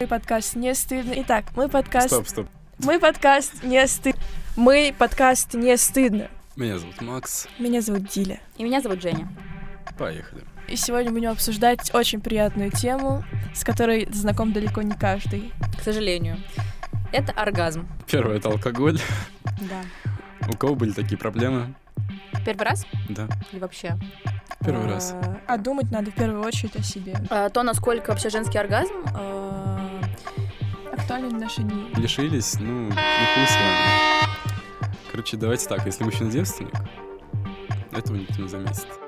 Мы подкаст не стыдно. Итак, мы подкаст. Стоп, стоп. Мы подкаст не стыдно. Мы подкаст не стыдно. Меня зовут Макс. Меня зовут Диля. И меня зовут Женя. Поехали. И сегодня будем обсуждать очень приятную тему, с которой знаком далеко не каждый. К сожалению. Это оргазм. Первое — это алкоголь. Да. У кого были такие проблемы? Первый раз Да, или вообще? первый А, раз. А думать надо в первую очередь о себе. А, то, насколько вообще женский оргазм э, Актуальны наши дни. Лишились, ну, и хуй с вами. Короче, давайте так, если мужчина девственник, этого никто не заметит.